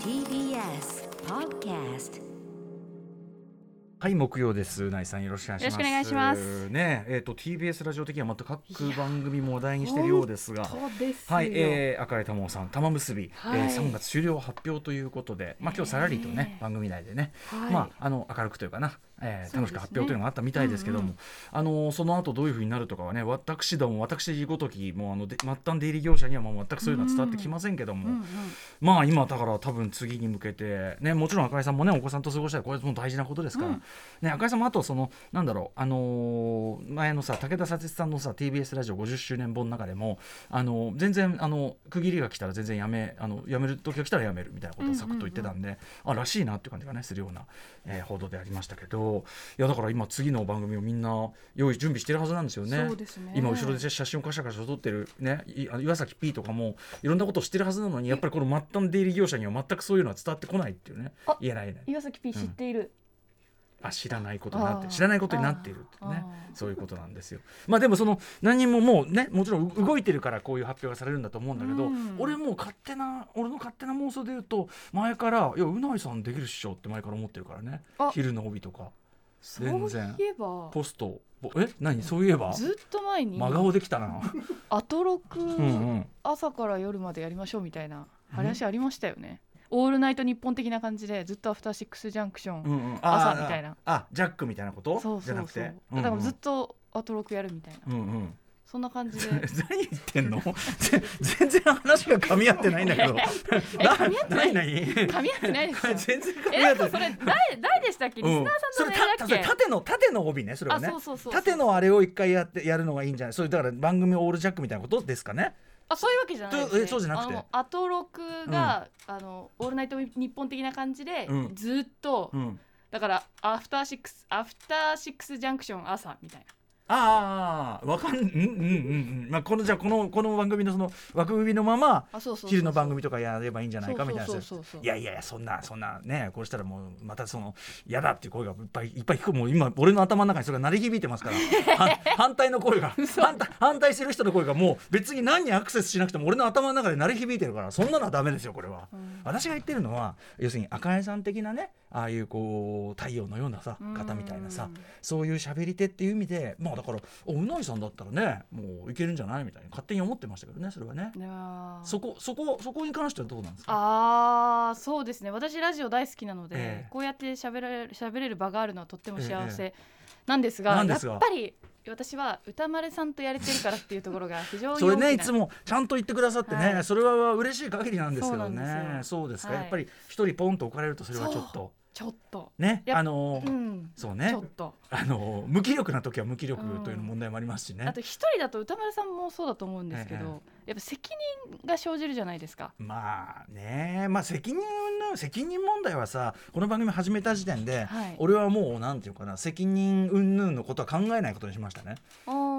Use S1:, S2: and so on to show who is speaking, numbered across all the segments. S1: TBS Podcast
S2: はい木曜ですうないさんよろしくお願いします
S3: よろしくお願いします
S2: ねええっ、と TBS ラジオ的にはまた各番組も話題にしているようですがはい、えー、赤井珠緒さん玉結び、
S3: はい
S2: えー、3月終了発表ということでまあ今日さらりとね、番組内でね、
S3: はい
S2: まああの明るくというかな、えー
S3: うですね
S2: 楽しく発表というのがあったみたいですけども、あのその後どういうふうになるとかはね私ども私ごときもうあので末端出入り業者にはもう全くそういうのは伝わってきませんけども、まあ今だから多分次に向けてねもちろん赤井さんもねお子さんと過ごしたらこれも大事なことですから、ね赤井さんもあとそのなんだろうあのー前のさ武田佐哲さんのさ TBS ラジオ50周年本の中でもあの全然あの区切りが来たら全然やめあのやめる時が来たらやめるみたいなことをサクッと言ってたんで、あらしいなっていう感じがねするような、えー報道でありましたけどいやだから今次の番組をみんな用意準備してるはずなんですよね。
S3: そうですね
S2: 今後ろで写真をカシャカシャ撮ってる、ね、いあの岩崎 P とかもいろんなことをしてるはずなのにやっぱりこの末端出入り業者には全くそういうのは伝わってこないっていうね
S3: あ
S2: 言えないね
S3: 岩崎 P 知っている、
S2: あ知らないことに
S3: あー
S2: なって知らないことになっているってね
S3: あー
S2: そういうことなんですよ。まあでもその何人ももうねもちろん動いてるからこういう発表がされるんだと思うんだけど、
S3: うん
S2: 俺もう勝手な俺の勝手な妄想で言うと前から「いやうないさんできるっしょ」って前から思ってるからね
S3: あ
S2: 昼の帯とか全然
S3: そういえば
S2: ポストぼえ何そういえば
S3: ずっと前に
S2: 真顔できたな。
S3: アトロク、
S2: うんうん
S3: 朝から夜までやりましょうみたいな話ありましたよねオールナイト日本的な感じでずっとアフターシックスジャンクション、
S2: うんうんあー
S3: 朝みたいな
S2: ああジャックみたいなこと
S3: そう
S2: じ
S3: そ
S2: ゃな
S3: う
S2: く
S3: そ
S2: て
S3: う、
S2: うんうん
S3: だからずっとアトロクやるみたいな、
S2: うんうん
S3: そんな感じで
S2: 何言ってんの ぜ全然話が噛み合ってないんだけど
S3: え噛み合ってない
S2: 何何
S3: 噛み合ってないですよ
S2: 全然噛
S3: え
S2: み合
S3: な
S2: っ
S3: ん
S2: てな
S3: か
S2: い
S3: それ誰誰でしたっけリスナーさんのメールだっ
S2: そ
S3: け、
S2: れたそれ縦の縦の帯ねそれはね
S3: あそうそうそう
S2: 縦のあれを一回やってやるのがいいんじゃないそういうだから番組オールジャックみたいなことですかね
S3: あそういうわけじゃないです、
S2: とえそうじゃなくて
S3: あのアトロクが、あのオールナイト日本的な感じで、
S2: うん
S3: ずっと、
S2: うん
S3: だからアフターシックスアフターシックスジャンクション朝みたい
S2: ああわかんうんうんうんうんまあこのじゃあこのこの番組のその枠組みのまま
S3: なあそうそうそうそう
S2: 昼の番組とかやればいいんじゃないかみたいな
S3: そうそうそうそう
S2: いやいやいやそんなそんなねこうしたらもうまたその嫌だっていう声がいっぱいいっぱい聞くもう今俺の頭の中にそれが鳴り響いてますか らは反対の声が反対反対してる人の声がもう別に何にアクセスしなくても俺の頭の中で鳴り響いてるからそんなのはダメですよこれは、私が言ってるのは要するに赤江さん的なねああいうこう太陽のようなさ方みたいなさ
S3: うん
S2: そういう喋り手っていう意味でまあだからおうないさんだったらねもういけるんじゃないみたいな勝手に思ってましたけどねそれはね
S3: いやー
S2: そこそこそこに関してはどうなんですか
S3: あーそうですね私ラジオ大好きなので、
S2: ええ
S3: こうやって喋られる喋れる場があるのはとっても幸せなんですが,、
S2: なんですが
S3: やっぱり私は歌丸さんとやれてるからっていうところが非常に
S2: そ
S3: 大
S2: れ
S3: きな
S2: ねいつもちゃんと言ってくださってね、
S3: はい
S2: それは嬉しい限りなんですけど
S3: そうなんです
S2: ね
S3: よ
S2: そうですか、
S3: はい
S2: やっぱり一人ポンと置かれるとそれはちょっと
S3: ちょっと
S2: ね
S3: やっ
S2: あのー
S3: うん
S2: そうね
S3: ちょっと
S2: あのー無気力な時は無気力という問題もありますしね
S3: あ、と一人だと歌丸さんもそうだと思うんですけど、
S2: え
S3: やっぱ責任が生じるじゃないですか。
S2: まあねまあ責任の責任問題はさこの番組始めた時点で、
S3: はい
S2: 俺はもうなんていうかな責任云々のことは考えないことにしましたね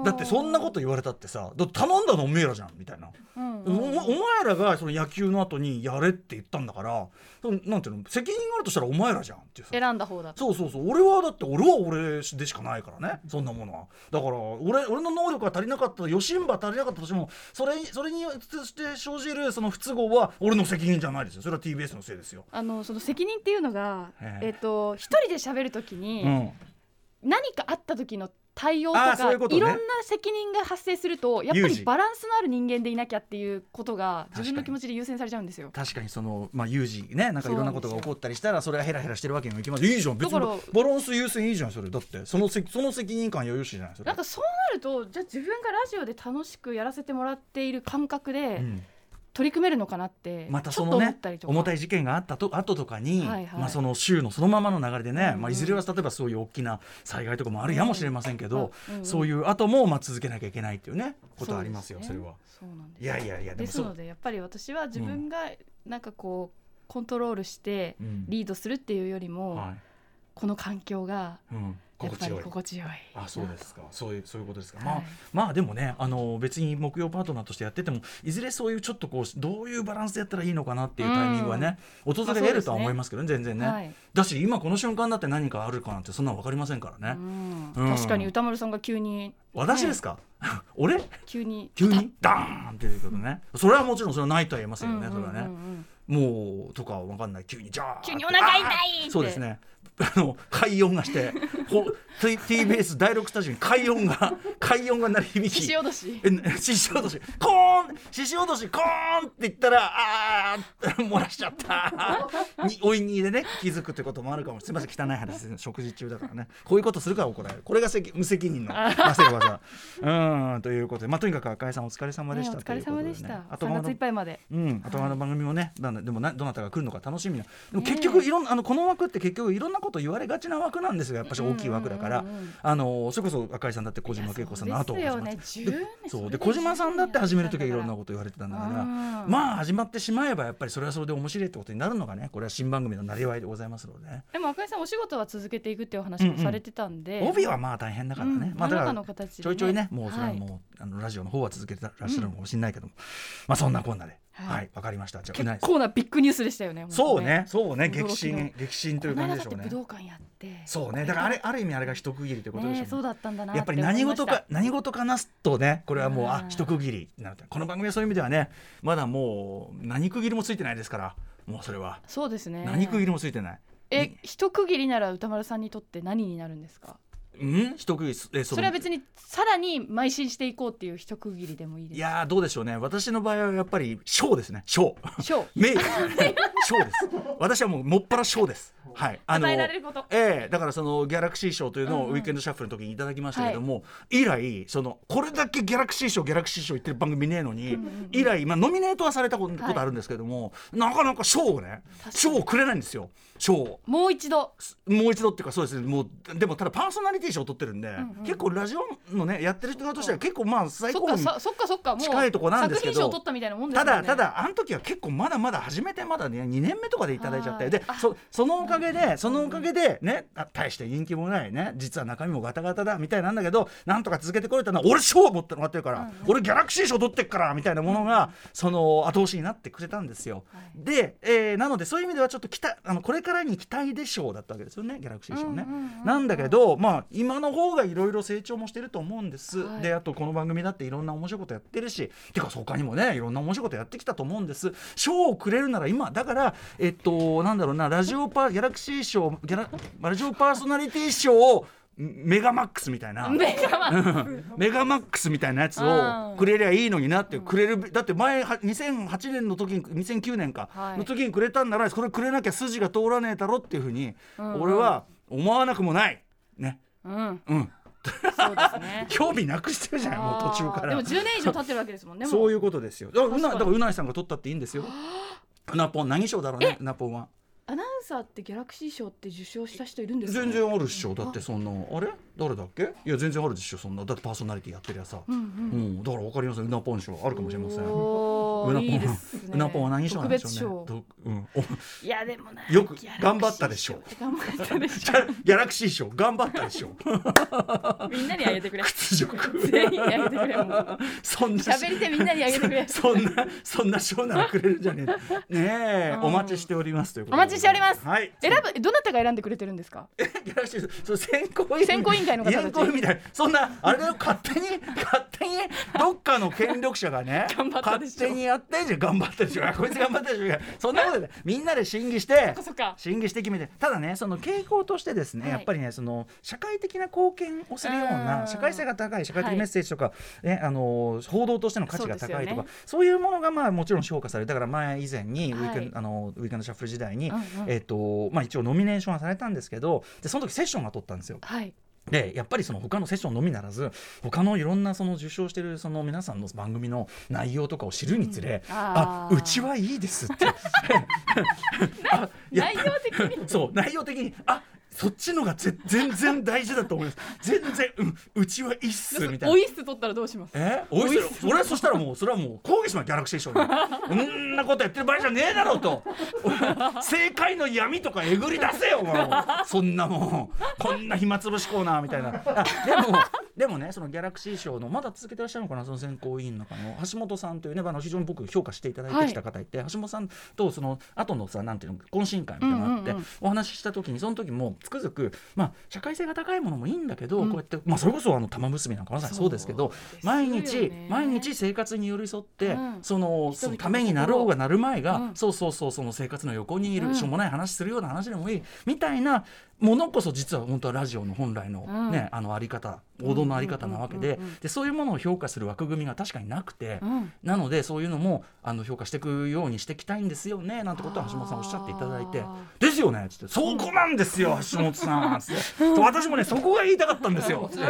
S2: だってそんなこと言われたってさだって頼んだのおめえらじゃんみたいな。
S3: と、うん
S2: おお前らがその野球の後にやれって言ったんだからそのなんていうの責任があるとしたらお前らじゃんっていうさ
S3: 選んだ方だと。
S2: そうそうそう俺はだって俺は俺でしかないからねそんなものはだから俺俺の能力が足りなかった余震場足りなかったとしてもそれにそれによって生じるその不都合は俺の責任じゃないですよそれは TBS のせいですよ。
S3: あのその責任っていうのが、
S2: ええ
S3: えっと一人で喋るときに、
S2: うん、
S3: 何かあった時の対応と
S2: あー
S3: か
S2: そういうことね
S3: ろんな責任が発生するとやっぱ
S2: 有
S3: り
S2: 事
S3: バランスのある人間でいなきゃっていうことが自分
S2: 確か
S3: の
S2: に
S3: 気持ちで優先されちゃうんですよ。
S2: 確かにその、まあ、有事ねなんかいろんなことが起こったりしたらそれはヘラヘラしてるわけにもいきませんいいじゃん別に
S3: だから
S2: バランス優先いいじゃんそれだってそのせその責任感余裕しじゃないそれ
S3: なんかそうなるとじゃあ自分がラジオで楽しくやらせてもらっている感覚で
S2: うん
S3: 取り組めるのかなって、
S2: また
S3: ちょ
S2: そ
S3: っと
S2: の
S3: 思っ
S2: ね
S3: たりとか。
S2: 重たい事件があったと後とかに、
S3: はいはい
S2: まあ、その週のそのままの流れでね、
S3: うん
S2: まあ、いずれは例えばそういう大きな災害とかもあるやもしれませんけど、
S3: うんうん
S2: そういう後もまあ続けなきゃいけないっていうねことはありますよそ
S3: そう
S2: れ
S3: ですね
S2: は。
S3: そうなんです
S2: いやいやいやで
S3: で
S2: も
S3: す
S2: そ
S3: の
S2: う、
S3: でやっぱり私は自分がなんかこうコントロールして
S2: うん
S3: リードするっていうよりも、
S2: は
S3: この環境が
S2: いうん、
S3: やっぱ
S2: 心地
S3: り
S2: よい。
S3: 心地よい。
S2: あそうですかそういうそういうことですか、
S3: はい
S2: まあまあでもねあの別に木曜パートナーとしてやっててもいずれそういうちょっとこうどういうバランスでやったらいいのかなっていうタイミングはね、訪れ得るとは思いますけどね全然ね、
S3: はい
S2: だし今この瞬間だって何かあるかなんてそんなの分かりませんから
S3: う
S2: ね、
S3: ん
S2: うん
S3: 確かに歌丸さんが急に
S2: 私ですか、俺
S3: 急に
S2: 急にダーンっていうことねそれはもちろんそれはないとは言えませんよね、
S3: うんうんうんうん
S2: それはねもうとかわかんない急にじゃあ
S4: 急にお腹痛いって
S2: そうですねあの快音がしてほ T- TBS 第6スタジオに快音が快音が鳴り響き
S4: 獅子おどし
S2: えな 獅子落としコーン獅子落としコーンって言ったらあー漏らしち ゃったにおいにでね気づくってこともあるかもしれません汚い話ですね食事中だからねこういうことするから怒られるこれがせき無責任のなせる技うーんということでまあとにかく赤井さんお疲れ様でし
S3: ね
S2: た
S3: お
S2: と
S3: 疲
S2: い
S3: れ
S2: うこと
S3: 様
S2: でね
S3: でした。
S2: あと
S3: 3
S2: まだ
S3: 月いっぱいまで。
S2: うん、あとあの番組もね、なんだでもなどなたが来るのか楽しみな。でも結局いろんな、あのこの枠って結局いろんなこと言われがちな枠なんですが、やっぱし大きい枠だから、
S3: うんうんうんうん
S2: あのそれこそ赤井さんだって小島恵子さんの後
S3: いやそう
S2: 始まっ
S3: ですよね10
S2: で
S3: 年
S2: そう
S3: それで
S2: で小島さんだって始める時はいろんなこと言われてたんだから、まあ始まってしまえばやっぱりそれはそれで面白いってことになるのがね、これは新番組のなりわいでございますので、ね。
S3: でも赤井さんお仕事は続けていくっていうお話もされてたんで、
S2: 帯はまあ大変だからね、
S3: うん
S2: まあだか
S3: 何らからの形でね
S2: ちょいちょいねもうそれは
S3: はい
S2: もう、あのラジオの方は続けてらっしゃるのかもしれないけども、まあそんなこんなでは
S3: はいい
S2: わ、かりましたじゃあうな
S3: 結
S2: いさん
S3: 構なビッグニュースでしたよね。
S2: そうね、そうね、
S3: 驚きの
S2: 激震、激震とい
S3: 本
S2: う
S3: 当ね。この間だっ
S2: 感じでしてょ
S3: 武
S2: うね。
S3: 道館やって。
S2: そうね、だからあれ、ある意味あれが一区切りということでしょ
S3: ね
S2: う
S3: そう
S2: ね。
S3: だったんだなて
S2: やっぱり何事か、
S3: 思いまし
S2: 何事かなすとね、これはもう、
S3: うん
S2: あ、一区切りになると。この番組はそういう意味ではね、まだもう、何区切りもついてないですから、もうそれは。
S3: たそうですね。
S2: 何区切りもついてない。
S3: え一区切りなら歌丸さんにとって何になるんですか。
S2: うん、一区切り、え、
S3: そ
S2: の
S3: れは別にさらに邁進していこうっていう一区切りでもいいで
S2: い
S3: すか。
S2: やー、どうでしょうね。私の場合はやっぱり、ショーですね、ショー。
S3: 賞
S2: 名 誉賞です私はもうもっぱら賞ですはいあ
S3: 与えられること
S2: ええだからそのギャラクシー賞というのをウィークエンドシャッフルの時にいただきましたけども、以来そのこれだけギャラクシー賞ギャラクシー賞言ってる番組ねえのに、以来、まあ、ノミネートはされたことことあるんですけども、なかなか賞をね賞をくれないんですよ賞を
S3: もう一度
S2: もう一度っていうかそうですねもうでもただパーソナリティ賞を取ってるんで、結構ラジオのねやってる人側としては結構まあ最
S3: そっ
S2: 高
S3: か
S2: 峰
S3: そそっかそっかもう
S2: 近いとこなんですけど
S3: 作品賞取ったみたいなもんです
S2: た
S3: よね。
S2: だただあの時は結構まだまだ初めてまだね2年目とかでいただいちゃっ
S3: は
S2: て
S3: い
S2: でそそのおかげでそのおかげでねあ大して人気もないね実は中身もガタガタだみたいなんだけどなんとか続けてこれたのは俺賞を持ってもらってるから俺ギャラクシー賞取ってっからみたいなものがその後押しになってくれたんですよ。で、えーなのでそういう意味ではちょっと期待あのこれからに期待で賞だったわけですよねギャラクシー賞ね。なんだけどまあ今の方がいろいろ成長もしてると思うんです。
S3: はい
S2: であとこの番組だっていろんな面白いことやってるしてか他にもねいろんな面白いことやってきたと思うんです賞をくれるなら今だからえっとなんだろうなラジオパーギャラクシー賞ギャララジオパーソナリティ賞をメガマックスみたいな
S3: 目がま
S2: メガマックスみたいなやつをくれりゃいいのになってくれるだって前は2008年の時に2009年か
S3: はい
S2: の時にくれたんならそれくれなきゃ筋が通らねえだろっていうふうに
S3: んうん
S2: 俺は思わなくもないね
S3: うん
S2: うん
S3: そうですね。
S2: 興味なくしてるじゃないもう途中から
S3: あーでも10年以上経ってるわけですもんね。
S2: そういううことですよ。だからうな
S3: 確かに
S2: だからうないさんが取ったっていいんですよ。うなぽん何賞だろうね。うなぽんは
S3: アナウンサーってギャラクシー賞って受賞した人いるんですか、
S2: 全然あるっしょ。だってそんなあれ誰だっけ？いや全然あるでしょ。そんなだってパーソナリティやってりゃさ。うん、だからわかりません。うなぽん賞あるかもしれません。う
S3: おー
S2: なぽん
S3: いいですね。
S2: うなぽんは何賞なん
S3: 特
S2: でしょ
S3: 別
S2: うね。
S3: 賞。
S2: どうん。お
S3: いやでもな。
S2: よく頑張ったでしょう
S3: ギャラクシー賞って頑張ったでし
S2: ギャラクシー賞頑張っ
S3: ょ。
S2: たでしょ。
S3: みんなにあげてくれ。
S2: 屈辱。
S3: 全員にあげてくれ。もう
S2: そんなし
S3: 喋り手みんなにあげてくれ。
S2: そんなそんな賞ならくれるじゃねえ。ねえ、お待ちしておりますということで
S3: お待ちしております
S2: はい。
S3: 選ぶどなたが選んでくれてるんですか。
S2: ギャラクシーその選考委員
S3: 選考委員会の方たち
S2: 選考委員みたいそんなあれだよ勝手に勝手にどっかの権力者がね
S3: 頑張ったで
S2: 勝
S3: しょ
S2: 手にやってんじゃん頑張ったでしょあこいつ頑張ったでしょいやそんなことでみんなで審議して
S3: そっかそっか
S2: 審議して決めてただねその傾向としてですね、
S3: はい
S2: やっぱりねその社会的な貢献をするよう
S3: う
S2: なん社会性が高い社会
S3: は
S2: 的
S3: い
S2: メッセージとか、ねあの報道としての価値が
S3: そうですよ
S2: 高い
S3: ね
S2: とかそういうものがまあもちろん評価されるだから前以前にウィークエン、
S3: はい
S2: あのウィークエンドシャッフル時代に、
S3: うんうん
S2: えっとまあ、一応ノミネーションはされたんですけどでその時セッションが取ったんですよ。
S3: はい。
S2: でやっぱりその他のセッションのみならず他のいろんなその受賞してるその皆さんの番組の内容とかを知るにつれ、
S3: うん
S2: あ
S3: あー
S2: うちはいいですっ て あやっ
S3: 内容的に。
S2: そう内容的にあそっちのがぜ全然大事だと思います全然、うん、うちはいいっすみたいな
S3: オイス取ったらどうします。
S2: えおいしい俺はそしたらもうそれはもう抗議しますギャラクシー賞にそんなことやってる場合じゃねえだろうとお前政界の闇とかえぐり出せよお前そんなもんこんな暇つぶしコーナーみたいなあでもでもねそのギャラクシー賞のまだ続けてらっしゃるのかなその選考委員の中の橋本さんというねあの非常に僕評価していただいてきた方いて、橋本さんとその後のさなんていうの懇親会みたいなのがあって、
S4: うんうんうん
S2: お話しした時にその時もつくづく、まあ、社会性が高いものもいいんだけど、
S4: うん
S2: こうやって、まあ、それこそあの玉結びなんかまさにそうですけど毎日毎日生活に寄り添って、
S3: うん
S2: そのその
S3: 人
S2: た
S3: 々の
S2: めになろうがなる前が、
S3: うん
S2: そうそうそうその生活の横にいる、
S3: うん
S2: しょうもない話するような話でもいいみたいなものこそ実は本当はラジオの本来の
S3: うん
S2: ね、あのあり方王道のあり方なわけ
S3: うん
S2: で
S3: うんうんうん
S2: でそういうものを評価する枠組みが確かになくて。
S3: うん
S2: なのでそういうのもあの評価していくようにしていきたいんですよねなんてことを橋本さんおっしゃっていただいて
S3: あ
S2: 「ですよね」っつって「そこなんですよ橋本さん」つってと私もねそこが言いたかったんですよつって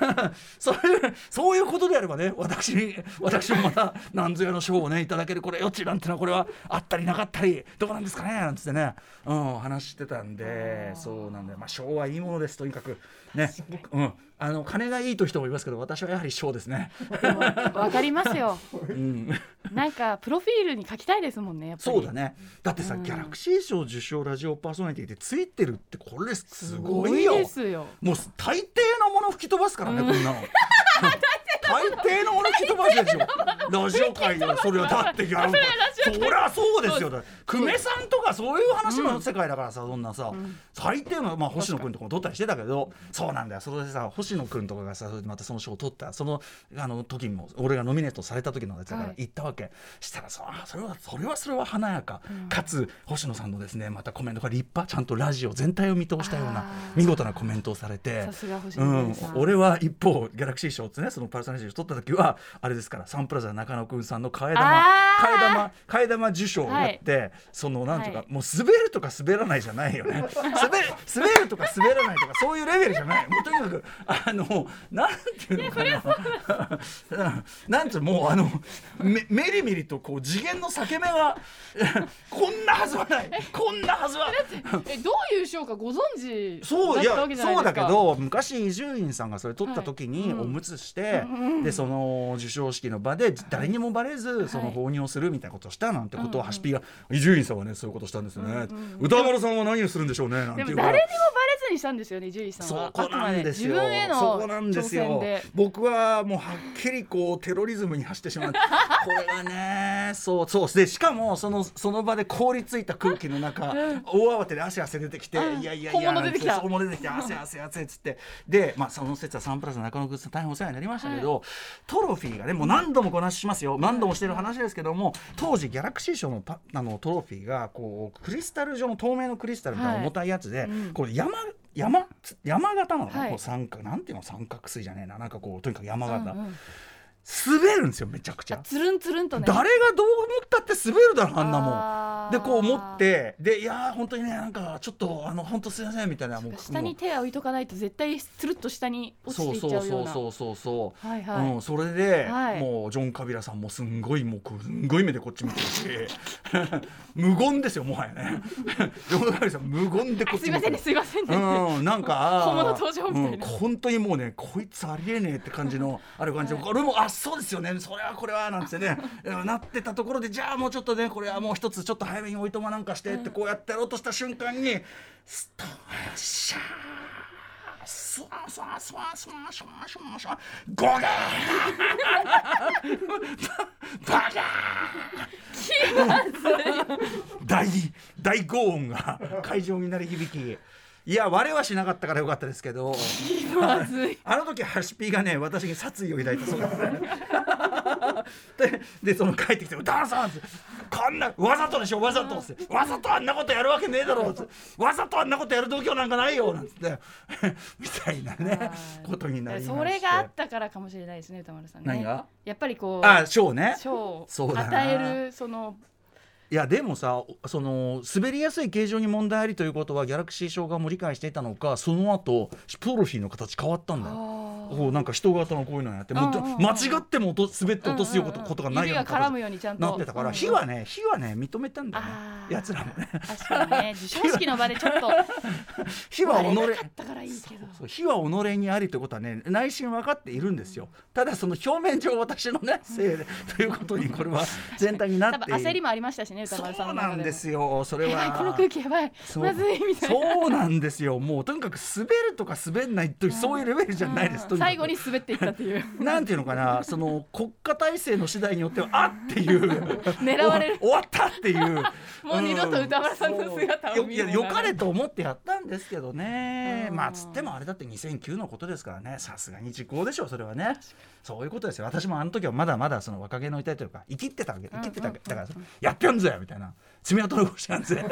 S2: そういうそういうことであればね私私もまた何ぞやの賞をねいただけるこれよっちなんてのはこれはあったりなかったりどうなんですかねなんつってね、うん、話してたんでそうなんだよまあ賞はいいものですとにかくね僕うんあの金がいいという人もいますけど私はやはり賞ですね。
S3: ーわかります よ
S2: うん
S3: なんかプロフィールに書きたいですもんねやっぱり
S2: そうだねだってさ、
S3: うん
S2: ギャラクシー賞受賞ラジオパーソナリティってついてるってこれすごい
S3: す
S2: よ
S3: ごですよ
S2: もう大抵のもの吹き飛ばすからね、こん なの大抵のもの吹き飛ばすでしょラジオ界よそれはだってギャラ クシーそりゃそうですよだって久米さんとかそういう話の世界だからさそんなさ、最低の、まあ、星野君とかも取ったりしてたけどそうなんだよそれでさ星野君とかがさそれでまたその賞を取ったそのあの時も俺がノミネートされた時のやつだから
S3: はい
S2: 行ったわけ、したらそあそれはそれはそれは華やか、かつ星野さんのですねまたコメントが立派ちゃんとラジオ全体を見通したような
S3: あー
S2: 見事なコメントをされて
S3: さすが星
S2: う
S3: 野
S2: ん
S3: さん、、
S2: 俺は一方ギャラクシー賞ってねそのパルサネーションを取った時はあれですからサンプラザ中野くんさんの替え玉
S3: あー
S2: 替え玉替え玉受賞をやって、そのなんとか、
S3: はい
S2: もう滑るとか滑らないじゃないよ ね滑る滑るとか滑らないとかそういうレベルじゃないもうとにかくあのなんていうのかななんつうもうあのめメリメリとこう次元の裂け目が こんなはずはないこんなはずは
S3: えどういう賞かご存知
S2: そうい
S3: だっ
S2: や
S3: たわけじゃない
S2: そ
S3: です
S2: うだけ
S3: か
S2: ど昔伊集院さんがそれ取った時
S3: はい
S2: に
S3: うん
S2: おむつして、でその授賞式の場で誰にもバレずその
S3: はい
S2: 放尿するみたいなことをしたなんてこと
S3: うんう
S2: を
S3: ん
S2: ハシピが伊集院さんはねそういうことしたんですよね
S3: うんうん
S2: 歌丸さんは何をするんでしょうねなんて
S3: で
S2: いう
S3: も
S2: から
S3: 誰にもバレずにしたんですよね獣医さん
S2: そ
S3: は
S2: こなんですよ
S3: あくまで自分への
S2: そこなんです
S3: 挑戦
S2: よ
S3: で
S2: 僕はもうはっきりこうテロリズムに走ってし まうこれがねそうそうでしかもそのその場で凍りついた空気の中、大慌てで汗汗出てきて、いやいやいや
S3: 本物出てきた
S2: そう本物出てきて汗汗汗っつってでまあその説はサンプラザ中野君さん大変お世話になりましたけど、トロフィーがねもう何度もこなしますよ何度もしてる話ですけども当時ギャラクシー賞のパあのトロフィーがこうクリスタル状の透明のクリスタルみたいな重たいやつで、
S3: うん
S2: これ山山山形なの、
S3: はい
S2: こう三角なんていうの三角錐じゃねえななんかこうとにかく山
S3: うんう
S2: 形、
S3: ん
S2: 滑るんですよめちゃくち
S3: あ
S2: ゃ、
S3: つるんつるんとね
S2: 誰がどう思ったって滑るだろあんなもん
S3: あー
S2: でこう持ってでいやー本当にねなんかちょっとあの本当すいませんみたいなもう
S3: 下に
S2: も
S3: 手を置いとかないと絶対つるっと下に
S2: う
S3: 落ちて
S2: そう
S3: いっ
S2: そ
S3: ちゃ
S2: う
S3: うよ
S2: そうう
S3: な
S2: そうそうそう
S3: はいはい、
S2: うん、それで、
S3: はい
S2: もうジョン・カビラさんもすんごいもうこうすんごい目でこっち見てる し無言ですよもはやね ジョン・カビラさん無言でこっ
S3: す
S2: ち
S3: い
S2: 見
S3: ま
S2: て
S3: せん
S2: る
S3: ねすいませんね、
S2: うん、なんか
S3: 本物登場みたいな
S2: うん本当にもうねこいつありえねえって感じのある感じのこれもあそうですよねそれはこれはなんてねうんなってたところでじゃあもうちょっとねこれはもう一つちょっと早めにおいとまなんかしてってこうやってやろうとした瞬間にストンシャースワンスワンスワンスワンスワンスワンスワンゴガーバガー大大轟音が会場に鳴り響きいや我はしなかったからよかったですけど
S3: まずい
S2: あの時ハシピがね私に殺意を抱いたそうなん ですねででその帰ってきて「歌原さん」って「こんなわざとでしょわざと」って「わざとあんなことやるわけねえだろ」って「わざとあんなことやる度胸なんかないよ」なんつって みたいなね
S3: はい
S2: ことになりまして
S3: それがあったからかもしれないですね歌丸さんね
S2: 何が
S3: やっぱりこう
S2: あ賞ね
S3: 賞を
S2: そうだな
S3: 与えるその
S2: いやでもさおその滑りやすい形状に問題ありということはギャラクシー賞側も理解していたのかその後プロフィーの形変わったんだよ。こうなんか人型のこういうのやって
S3: う
S2: もう
S3: んうんうん
S2: 間違っても落と滑って落とすようこと,、
S3: うんうんうん
S2: ことがないような
S3: 指が絡む
S2: 形
S3: ようにちゃんと
S2: なってたから、
S3: うん
S2: 火はね火はね認めたんだよね
S3: あー
S2: やつ らもね
S3: 確かに ね授賞式の場でちょっと
S2: 火は己
S3: 割れなかったからいいけど
S2: そう火は己にありということはね内心分かっているんですよただその表面上私のねせいでということにこ れは全体にな
S3: 多
S2: って
S3: 分
S2: い
S3: 焦り
S2: る
S3: もありましたしね歌丸さんの
S2: そうな
S3: 中
S2: ん
S3: でも
S2: ですよそれ
S3: やばい
S2: は
S3: この空気やばい
S2: そう
S3: まずいみたいな
S2: そうなんですよもうとにかく滑るとか滑んないというそういうレベルじゃないです、とに
S3: 最後に滑っていったっていう
S2: なんていうのかなその国家体制の次第によってはあっていう
S3: 狙われる
S2: 終わったっていう
S3: もう二度と歌丸さんの姿を見
S2: よ
S3: る
S2: いやよかれと思ってやったんですけどねまあつってもあれだって2009のことですからねさすがに時効でしょうそれはねそういうことですよ私もあの時はまだまだその若気の至りというか生きってたわけ生きってたわけだからやってやんぜみたいな爪痕残してやんぜあ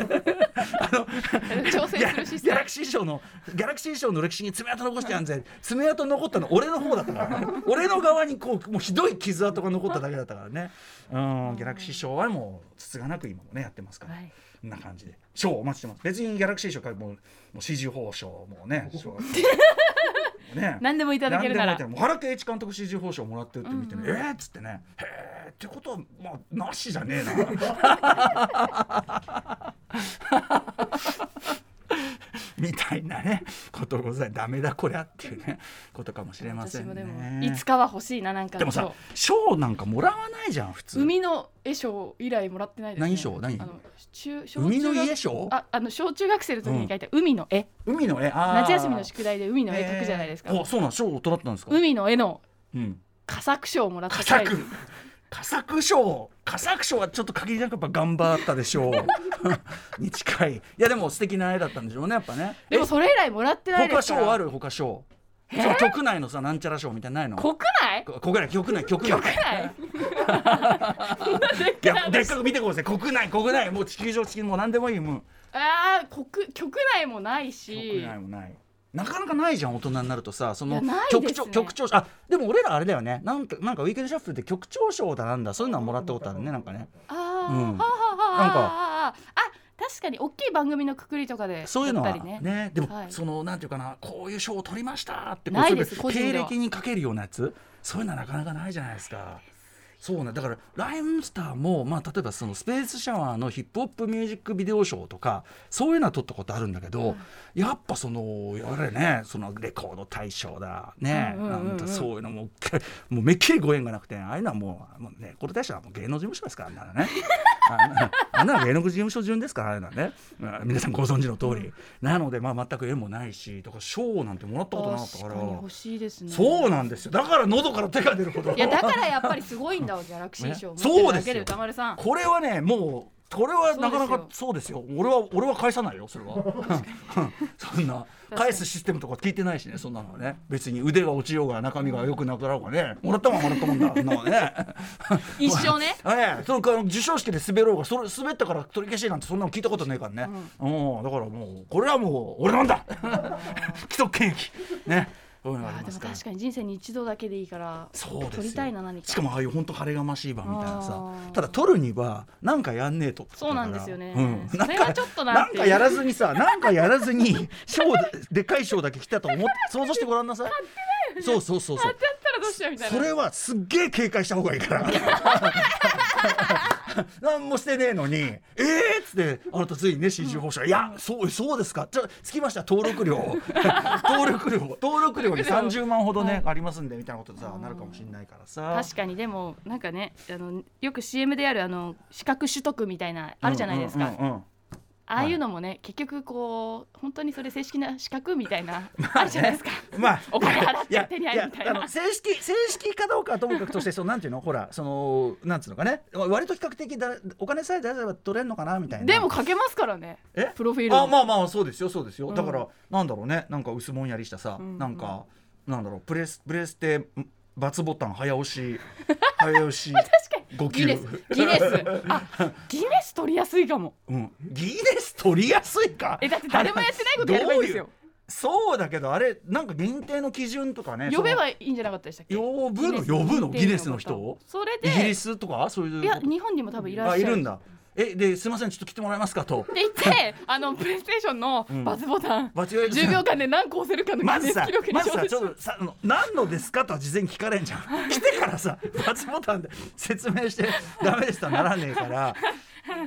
S2: の
S3: 挑戦する姿
S2: ギャ
S3: 勢
S2: ラクシー賞のギャラクシー賞の歴史に爪痕残してやんぜ爪痕残ったの俺の方だったからね俺の側にこうもうひどい傷跡が残っただけだったからねうんギャラクシー賞はもうつつがなく今もねやってますから、
S3: はい
S2: こんな感じで賞をお待ちしてます別にギャラクシー賞からもうもう CG 報賞もうね 賞ね
S3: 何でもいただけるな
S2: 何
S3: ら
S2: でもいいって原敬一監督 CG 報賞もらってるって見てね、えーっつってねへえってことはまあなしじゃねえな みたいなねことございダメだこりゃっていうねことかもしれませ
S3: 私
S2: ん
S3: もで
S2: ね
S3: もいつかは欲しいななんか
S2: でもさ
S3: そう
S2: 賞なんかもらわないじゃん普通
S3: 海の絵賞以来もらってないですね
S2: 何賞何
S3: あの中小中
S2: 海の家
S3: 学
S2: 賞
S3: ああの小中学生の時に書いた海の絵
S2: 海の絵あー
S3: 夏休みの宿題で海の絵描くじゃないですか
S2: えーおそうなん賞を取らったんですか
S3: 海の絵の
S2: うん
S3: 佳作賞をもらった
S2: 佳
S3: くらい
S2: 作佳作賞佳作賞はちょっと限りなくやっぱ頑張ったでし ょうに近いいやでも素敵な絵だったんでしょうねやっぱね
S3: でもそれ以来もらって
S2: え
S3: ないで
S2: 他
S3: すから
S2: 賞ある他賞その局内のさなんちゃら賞みたいなのないの
S3: 国内
S2: こ国内局内局内
S3: 国 内
S2: いやでっかく見てください国内国内もう地球上地球もう何でもいいもん
S3: ああ国局内もない
S2: 国
S3: し
S2: 内もないなかなかないじゃん大人になるとさその
S3: いやないですね
S2: 局長局長賞あでも俺らあれだよねなんかなんかウィークエンドシャッフルで局長賞だなんだそういうのはもらったことあるねなんかね
S3: ああ、
S2: うん
S3: はあはあ
S2: な
S3: は
S2: ん
S3: ああ確かに大きい番組のくくりとかで
S2: そういうの
S3: やっ
S2: は
S3: たりね
S2: ねでも、
S3: はい
S2: そのなんていうかなこういう賞を取りましたってこう
S3: ないです
S2: そ
S3: 個
S2: う
S3: 人
S2: いう
S3: で
S2: 経
S3: は
S2: 歴にかけるようなやつそういうのはなかなかないじゃないですか。そうねだからライムスターも、まあ、例えばそのスペースシャワーのヒップホップミュージックビデオ賞とかそういうのは取ったことあるんだけど、やっぱそのやれねそのレコード大賞だね、
S3: うんうんうんうん
S2: なんだそういうのも もうめっきりご縁がなくてああいうのはもうもう、ね、これ大賞はもう芸能事務所ですからあんな のね。あんなあんなの芸能事務所順ですからあれだね、うん皆さんご存知の通り、なのでまあ全く縁もないしだから賞なんてもらったことなかったか
S3: 確
S2: ら
S3: かに欲しいですね
S2: そうなんですよだから喉から手が出るほど
S3: いやだからやっぱりすごいんだわギャラクシー賞を持って
S2: そう
S3: る
S2: で
S3: だ
S2: す
S3: けで
S2: よ
S3: 歌丸さん
S2: これはねもうこれはなかなかそうですよ俺は俺は返さないよそれは そんな返すシステムとか聞いてないしねそんなのはね別に腕が落ちようが中身が良くなくなろうがねもらったもんはもらったもんだそんなのは ね
S3: 一生ね
S2: え え、そのから授賞式で滑ろうがそれ滑ったから取り消しなんてそんなの聞いたことないからね、うんだからもうこれはもう俺なん だ既得権益ねそういうのがあ
S3: あー
S2: り
S3: でも
S2: ますから
S3: 確かに人生に一度だけでいいから
S2: そうですよ
S3: 撮りたいな何か
S2: しかもああいう本当晴れがましい場みたいなさ
S3: あー
S2: ただ撮るには何かやんねえとってことだから
S3: そうなんですよね
S2: うん、
S3: それはちょっとな
S2: な
S3: っ
S2: ん
S3: ていう
S2: かやらずにさなんかやらずに賞でかい賞だけ来たと思って想像してごらんなさ いそうそうそうそう
S3: だったらどうしようみたいな
S2: それはすっげえ警戒した方がい いから何もしてねえのにえーっつってあなたついにね CG 報酬いやそうそうですかじゃあつきましては登録料 登録料登録料に30万ほどね、ありますんでみたいなことさなるかもしれないからさ
S3: 確かにでもなんかねあのよく CM であるあの資格取得みたいなあるじゃないですか、
S2: うんうんうんうん
S3: ああいうのもね、結局こう本当にそれ正式な資格みたい な、 あるじゃないですか。
S2: まあ、
S3: お金払って
S2: や
S3: 手に入るみたいな
S2: やあの正式正式かどうかはともかくとしてそのなんていうのほらそのなんつうのかね割と比較的だお金さえ出せば取れるのかなみたいな
S3: でもかけますからね。
S2: え
S3: プロフィールを
S2: あまあまあそうですよそうですよ、
S3: うん
S2: だからなんだろうねなんか薄もんやりしたさ、
S3: うん
S2: なんかなんだろうプレスプレステバツボタン早押 し早押し
S3: 確かに。
S2: 5級
S3: ギネス、ギネス、 あ、ギネス取りやすいかも。
S2: うん、ギネス取りやすいか
S3: え、だって誰もやってないことやればいいんですよ
S2: ど。そうだけどあれなんか認定の基準とかね
S3: 呼べ
S2: その
S3: ばいいんじゃなかったでしたっけ。
S2: 呼ぶの
S3: ギネス
S2: 呼ぶの
S3: 認定
S2: ギネスの人を
S3: それ
S2: イギ
S3: で
S2: リ、スとかそういう
S3: いや、日本にも多分いらっしゃ
S2: あ
S3: る。
S2: いるん。だえですいませんちょっと来てもらえますかと
S3: って言って、あのプレイステーションの
S2: ん
S3: バズボタン、
S2: バチュエル
S3: 10秒間で何個押せる かの
S2: ま
S3: ギ
S2: ず
S3: ネス
S2: さ
S3: 記録に
S2: まず
S3: 挑
S2: さ
S3: 戦
S2: ちょっとさあの何のですかとは事前に聞かれんじゃん来てからさバツボタンで 説明してダメでしたなら ねえから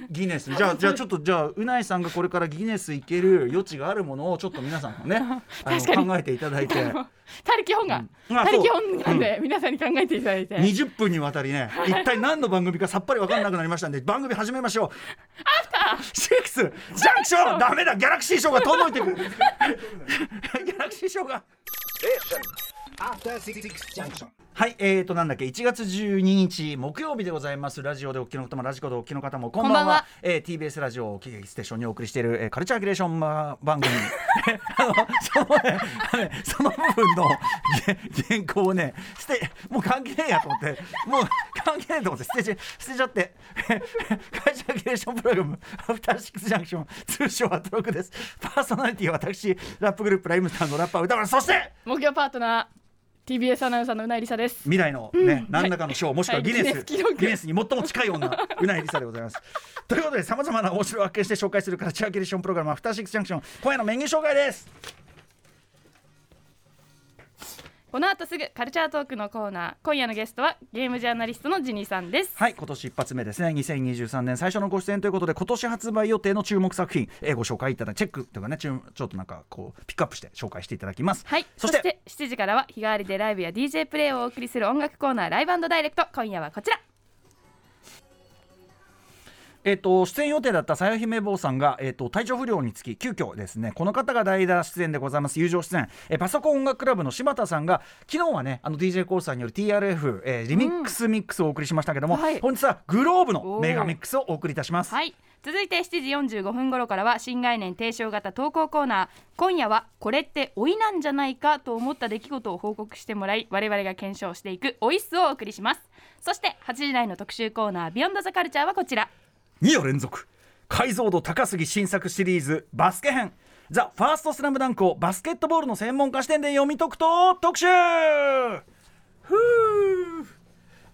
S2: ギネスじゃあじゃあちょっとじゃあうないさんがこれからギネス行ける余地があるものをちょっと皆さんもねあ
S3: 確か
S2: の
S3: に
S2: 考えていただいて
S3: 他力本願、
S2: うんあ
S3: 他力本願で皆さんに考えていただいて。
S2: 20分にわたり ね一体何の番組かさっぱり分かんなくなりましたんで番組始めましょうアフターシックスジャンクションダ メだギャラクシー賞が遠のいてくるギャラクシー賞が
S5: After Six Junction.
S2: はい、えーと、なんだっけ、1月12日木曜日でございます。ラジオでお聞きの方も、ラジコでお聞きの方も、こんばんは。
S3: こんばんは
S2: えー TBS ラジオをキーステーションにお送りしている、えーカルチャーキュレーションま番組。 あのそのね、あのねその部分のげ原稿をね、捨て、もう関係ねえやと思って、もう関係ねえと思って、捨てち捨てちゃって、カルチャーキュレーションプログラム、アフターシックスジャンクション、通称アトロクです。パーソナリティは私、ラップグループ、ライムスターのラッパー、歌丸、そして、
S3: 目標パートナー TBS アナウンサーのうないりさです
S2: 未来のね、何らかの賞、もしく
S3: は
S2: は
S3: い
S2: ギネス、
S3: ギネス 記録
S2: ギネスに最も近い女、うないりさでござい ます。ということで、さまざまな面白を発見して紹介するカルチャーキュレーションプログラム、アフターシックスジャンクション、今夜のメニュー紹介です。
S3: この後すぐカルチャートークのコーナー今夜のゲストはゲームジャーナリストのジニーさんです
S2: はい、今年一発目ですね、2023年最初のご出演ということで、今年発売予定の注目作品、えーご紹介いただき、チェックというかね、注ちょっとなんかこう、ピックアップして紹介していただきます。
S3: はいそ
S2: そし
S3: してて7時からは日替わりでライブや DJ プレイをお送りする音楽コーナーライブダイレクト今夜はこちら
S2: えっと出演予定だったさよ姫坊さんが、えっと体調不良につき急遽ですねこの方が代打出演でございます友情出演えーパソコン音楽クラブの柴田さんが昨日はねあの DJ コールさんによる TRF、えーリミックスミックスをお送りしましたけども、
S3: はい
S2: 本日はグローブの
S3: おー
S2: メガミックスをお送りいたします、
S3: はい続いて7時45分頃からは新概念提唱型投稿コーナー今夜はこれって老いなんじゃないかと思った出来事を報告してもらい我々が検証していく老いっすをお送りしますそして8時台の特集コーナービヨンドザカルチャーはこちら
S2: 2夜連続解像度高すぎ新作シリーズバスケ編ザ・ファーストスラムダンクをバスケットボールの専門家視点で読み解くと特集ふー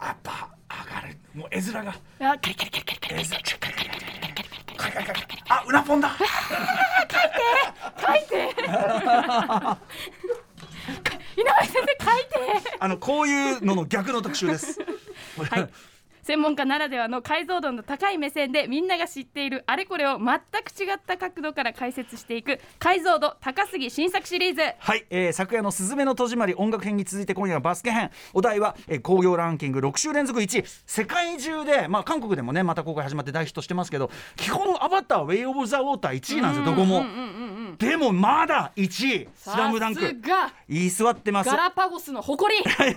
S6: やっぱ上がるもう絵面が
S3: あカリカリカリカリカリカリ
S6: あうなぽんだ
S3: 井上先生書いて
S2: あのこういうのの逆の特集です
S3: 専門家ならではの解像度の高い目線でみんなが知っているあれこれを全く違った角度から解説していく解像度高すぎ新作シリーズ
S2: はい、えー昨夜の「すずめの戸締まり」音楽編に続いて今夜はバスケ編お題は、えー、興行ランキング6週連続1位世界中で、まあ、韓国でもねまた公開始まって大ヒットしてますけど基本「アバターウェイ・オブ・ザ・ウォーター」1位なんですよどこもでもまだ1位「スラムダン
S3: さす
S2: ク
S3: が
S2: 言い座ってます
S3: ガラパゴスの誇り
S2: い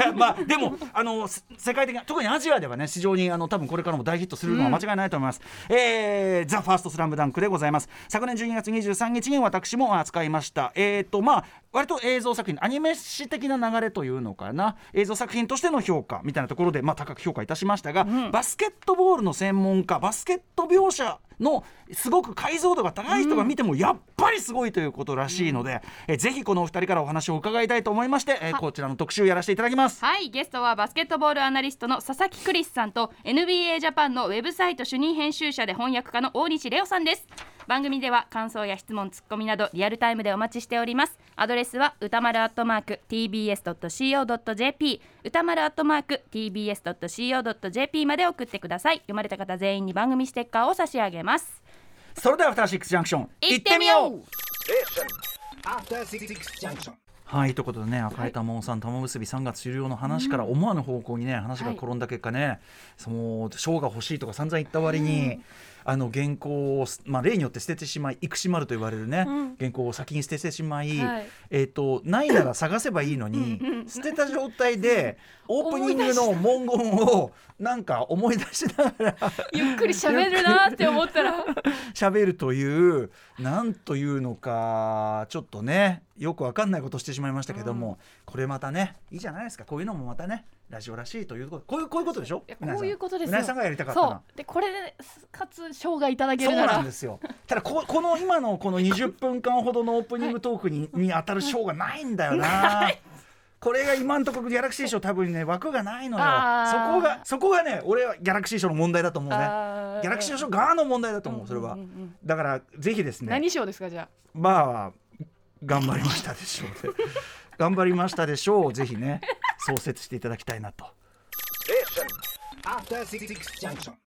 S2: やまあでもあのす世界的な特にアジアではね非常にあの多分これからも大ヒットするのは間違いないと思います。えーザファーストスラムダンクでございます。昨年12月23日に私も扱いました。えっ、とまあ割と映像作品アニメ史的な流れというのかな映像作品としての評価みたいなところでまあ高く評価いたしましたが、バスケットボールの専門家バスケット描写のすごく解像度が高い人が見てもやっぱりすごいということらしいので、えーぜひこのお二人からお話を伺いたいと思いまして、えーこちらの特集やらせていただきます。
S3: はいゲストはバスケットボールアナリストの佐々木クリスさんと NBA ジャパンのウェブサイト主任編集者で翻訳家の大西レオさんです番組では感想や質問ツッコミなどリアルタイムでお待ちしておりますアドレスは歌丸アットマーク tbs.co.jp 歌丸アットマーク tbs.co.jp まで送ってください読まれた方全員に番組ステッカーを差し上げます
S2: それではアフターシックスジャンクション
S3: 行ってみよう
S5: After Six Junction.
S2: はいということでね赤いたもんさん玉結び3月終了の話から思わぬ方向にね話が転んだ結果ね、その賞が欲しいとか散々言った割に、あの原稿をす、まあ、例によって捨ててしまい生島ると言われるね、原稿を先に捨ててしまい、
S3: はい
S2: えっ、とないなら探せばいいのに捨てた状態でオープニングの文言をなんか思い出しながら
S3: ゆっくり喋るなーって思ったら
S2: 喋るというなんというのかちょっとねよくわかんないことしてしまいましたけども、これまたねいいじゃないですかこういうのもまたねラジオらしいということこういうこういうことでしょ
S7: いや
S2: なさん
S7: こういうことですよ
S2: なさんがやりたかった
S7: そ
S2: な
S7: うでこれでかつ生涯いただけ
S2: そう
S7: るな
S2: なん
S7: ら
S2: ですよただここの今のこの20分間ほどのオープニングトークに,、に当たる賞がないんだよな。これが今のところギャラクシー賞多分ね枠がないのよ
S3: あー
S2: そこがそこがね俺はギャラクシー賞の問題だと思うね
S3: あー
S2: ギャラクシー賞側の問題だと思うそれは、だからぜひですね
S7: 何賞ですかじゃ
S2: まあ頑張りましたでしょうで頑張りましたでしょうをぜひね創設していただきたいなと
S5: After Six Junction.